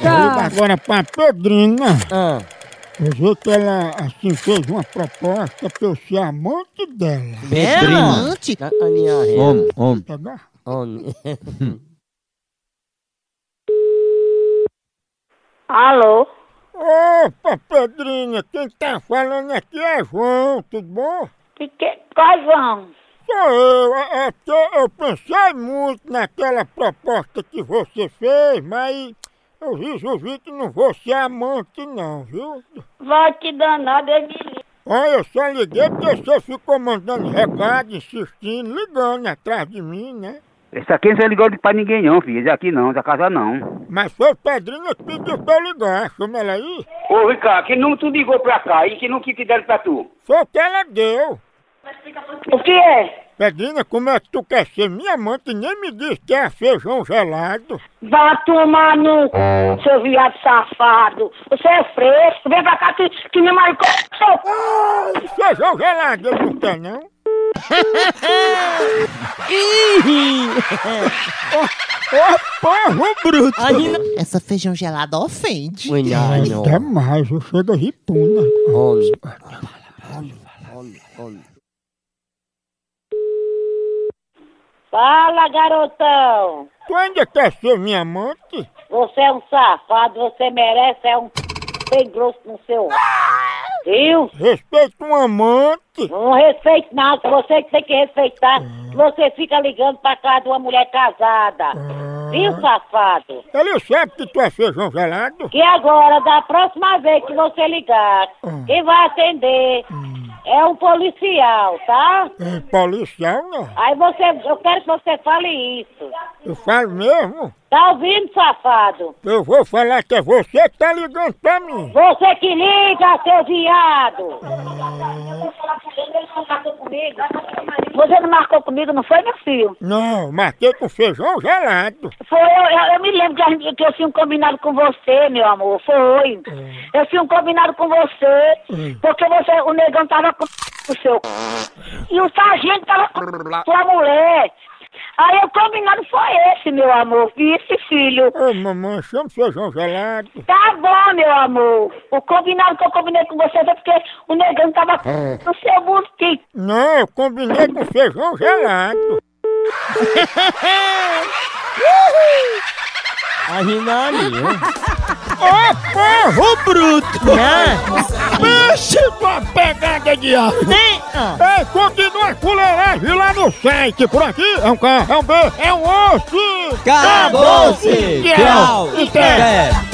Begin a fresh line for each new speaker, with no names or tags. agora pra Pedrina.
Ah.
Eu vi que ela, assim, fez uma proposta pra eu ser amante dela.
Pedrina.
Amante?
Na- na minha rede.
Homem, homem.
Tá bom?
Homem.
Alô?
Opa, Pedrinha, quem tá falando aqui é João, tudo bom?
Que que... Quais vão?
Sou eu, é, é que eu pensei muito naquela proposta que você fez, mas eu resolvi que não vou ser amante não, viu?
Vai te é danar, Deus me livre.
Olha, eu só liguei porque você ficou mandando recado, insistindo, ligando atrás de mim, né?
Esse aqui não é ligou pra ninguém não, filho. Esse aqui não, da casa não.
Mas foi o Pedrinho que pediu pra eu ligar, chama ela aí.
Ô, Ricardo, que não tu ligou pra cá e que não que te deram pra tu?
Foi o que ela deu.
O que é?
Pedrinha, como é que tu quer ser minha amante e nem me diz que é feijão gelado?
Vá tomar no c... seu viado safado. Você é fresco. Vem pra cá que, que me marcou. Seu c...
Feijão é gelado, ele não quer não. Ô, porro bruto!
Ainda.
Essa feijão gelada ofende.
Mulher, não.
Até tá mais, eu chego a ripuna.
Homem. Homem. Homem. Homem.
Fala, garotão.
Tu ainda quer ser minha amante?
Você é um safado. Você merece. É um c... bem grosso no seu... Viu?
Respeita um amante!
Não respeite não, que você que tem que respeitar. que Você fica ligando pra casa de uma mulher casada. Viu, safado?
Ele sabe que tu é feijão gelado?
Que agora, da próxima vez que você ligar, quem vai atender é um policial, tá?
É policial, né? não.
Aí você, eu quero que você fale isso.
Eu falo mesmo.
Tá ouvindo, safado?
Eu vou falar que é você que tá ligando pra mim.
Você que liga, seu viado! Você não marcou comigo, não foi, meu filho?
Não, marquei com feijão gelado.
Foi, eu, eu, eu me lembro que, a gente- que eu tinha um combinado com você, meu amor, foi. Eu tinha um combinado com você, porque você, o negão tava com o seu c... e o sargento tava com sua mulher. Aí o combinado foi esse, meu amor, e esse filho.
Ô, mamãe, chama o feijão gelado.
Tá bom, meu amor. O combinado que eu combinei com você foi porque o negão tava com o seu bustico.
Não, eu combinei com feijão gelado.
Ainda. Ainda.
Ô, porro bruto!
Não.
Mexe com a pegada de ar!
Nem. Ah.
Ei, continua a fuleiragem lá no site. Por aqui é um K, é um B, é um osso! Então,
Acabou-se. Tchau.
Tchau!
É.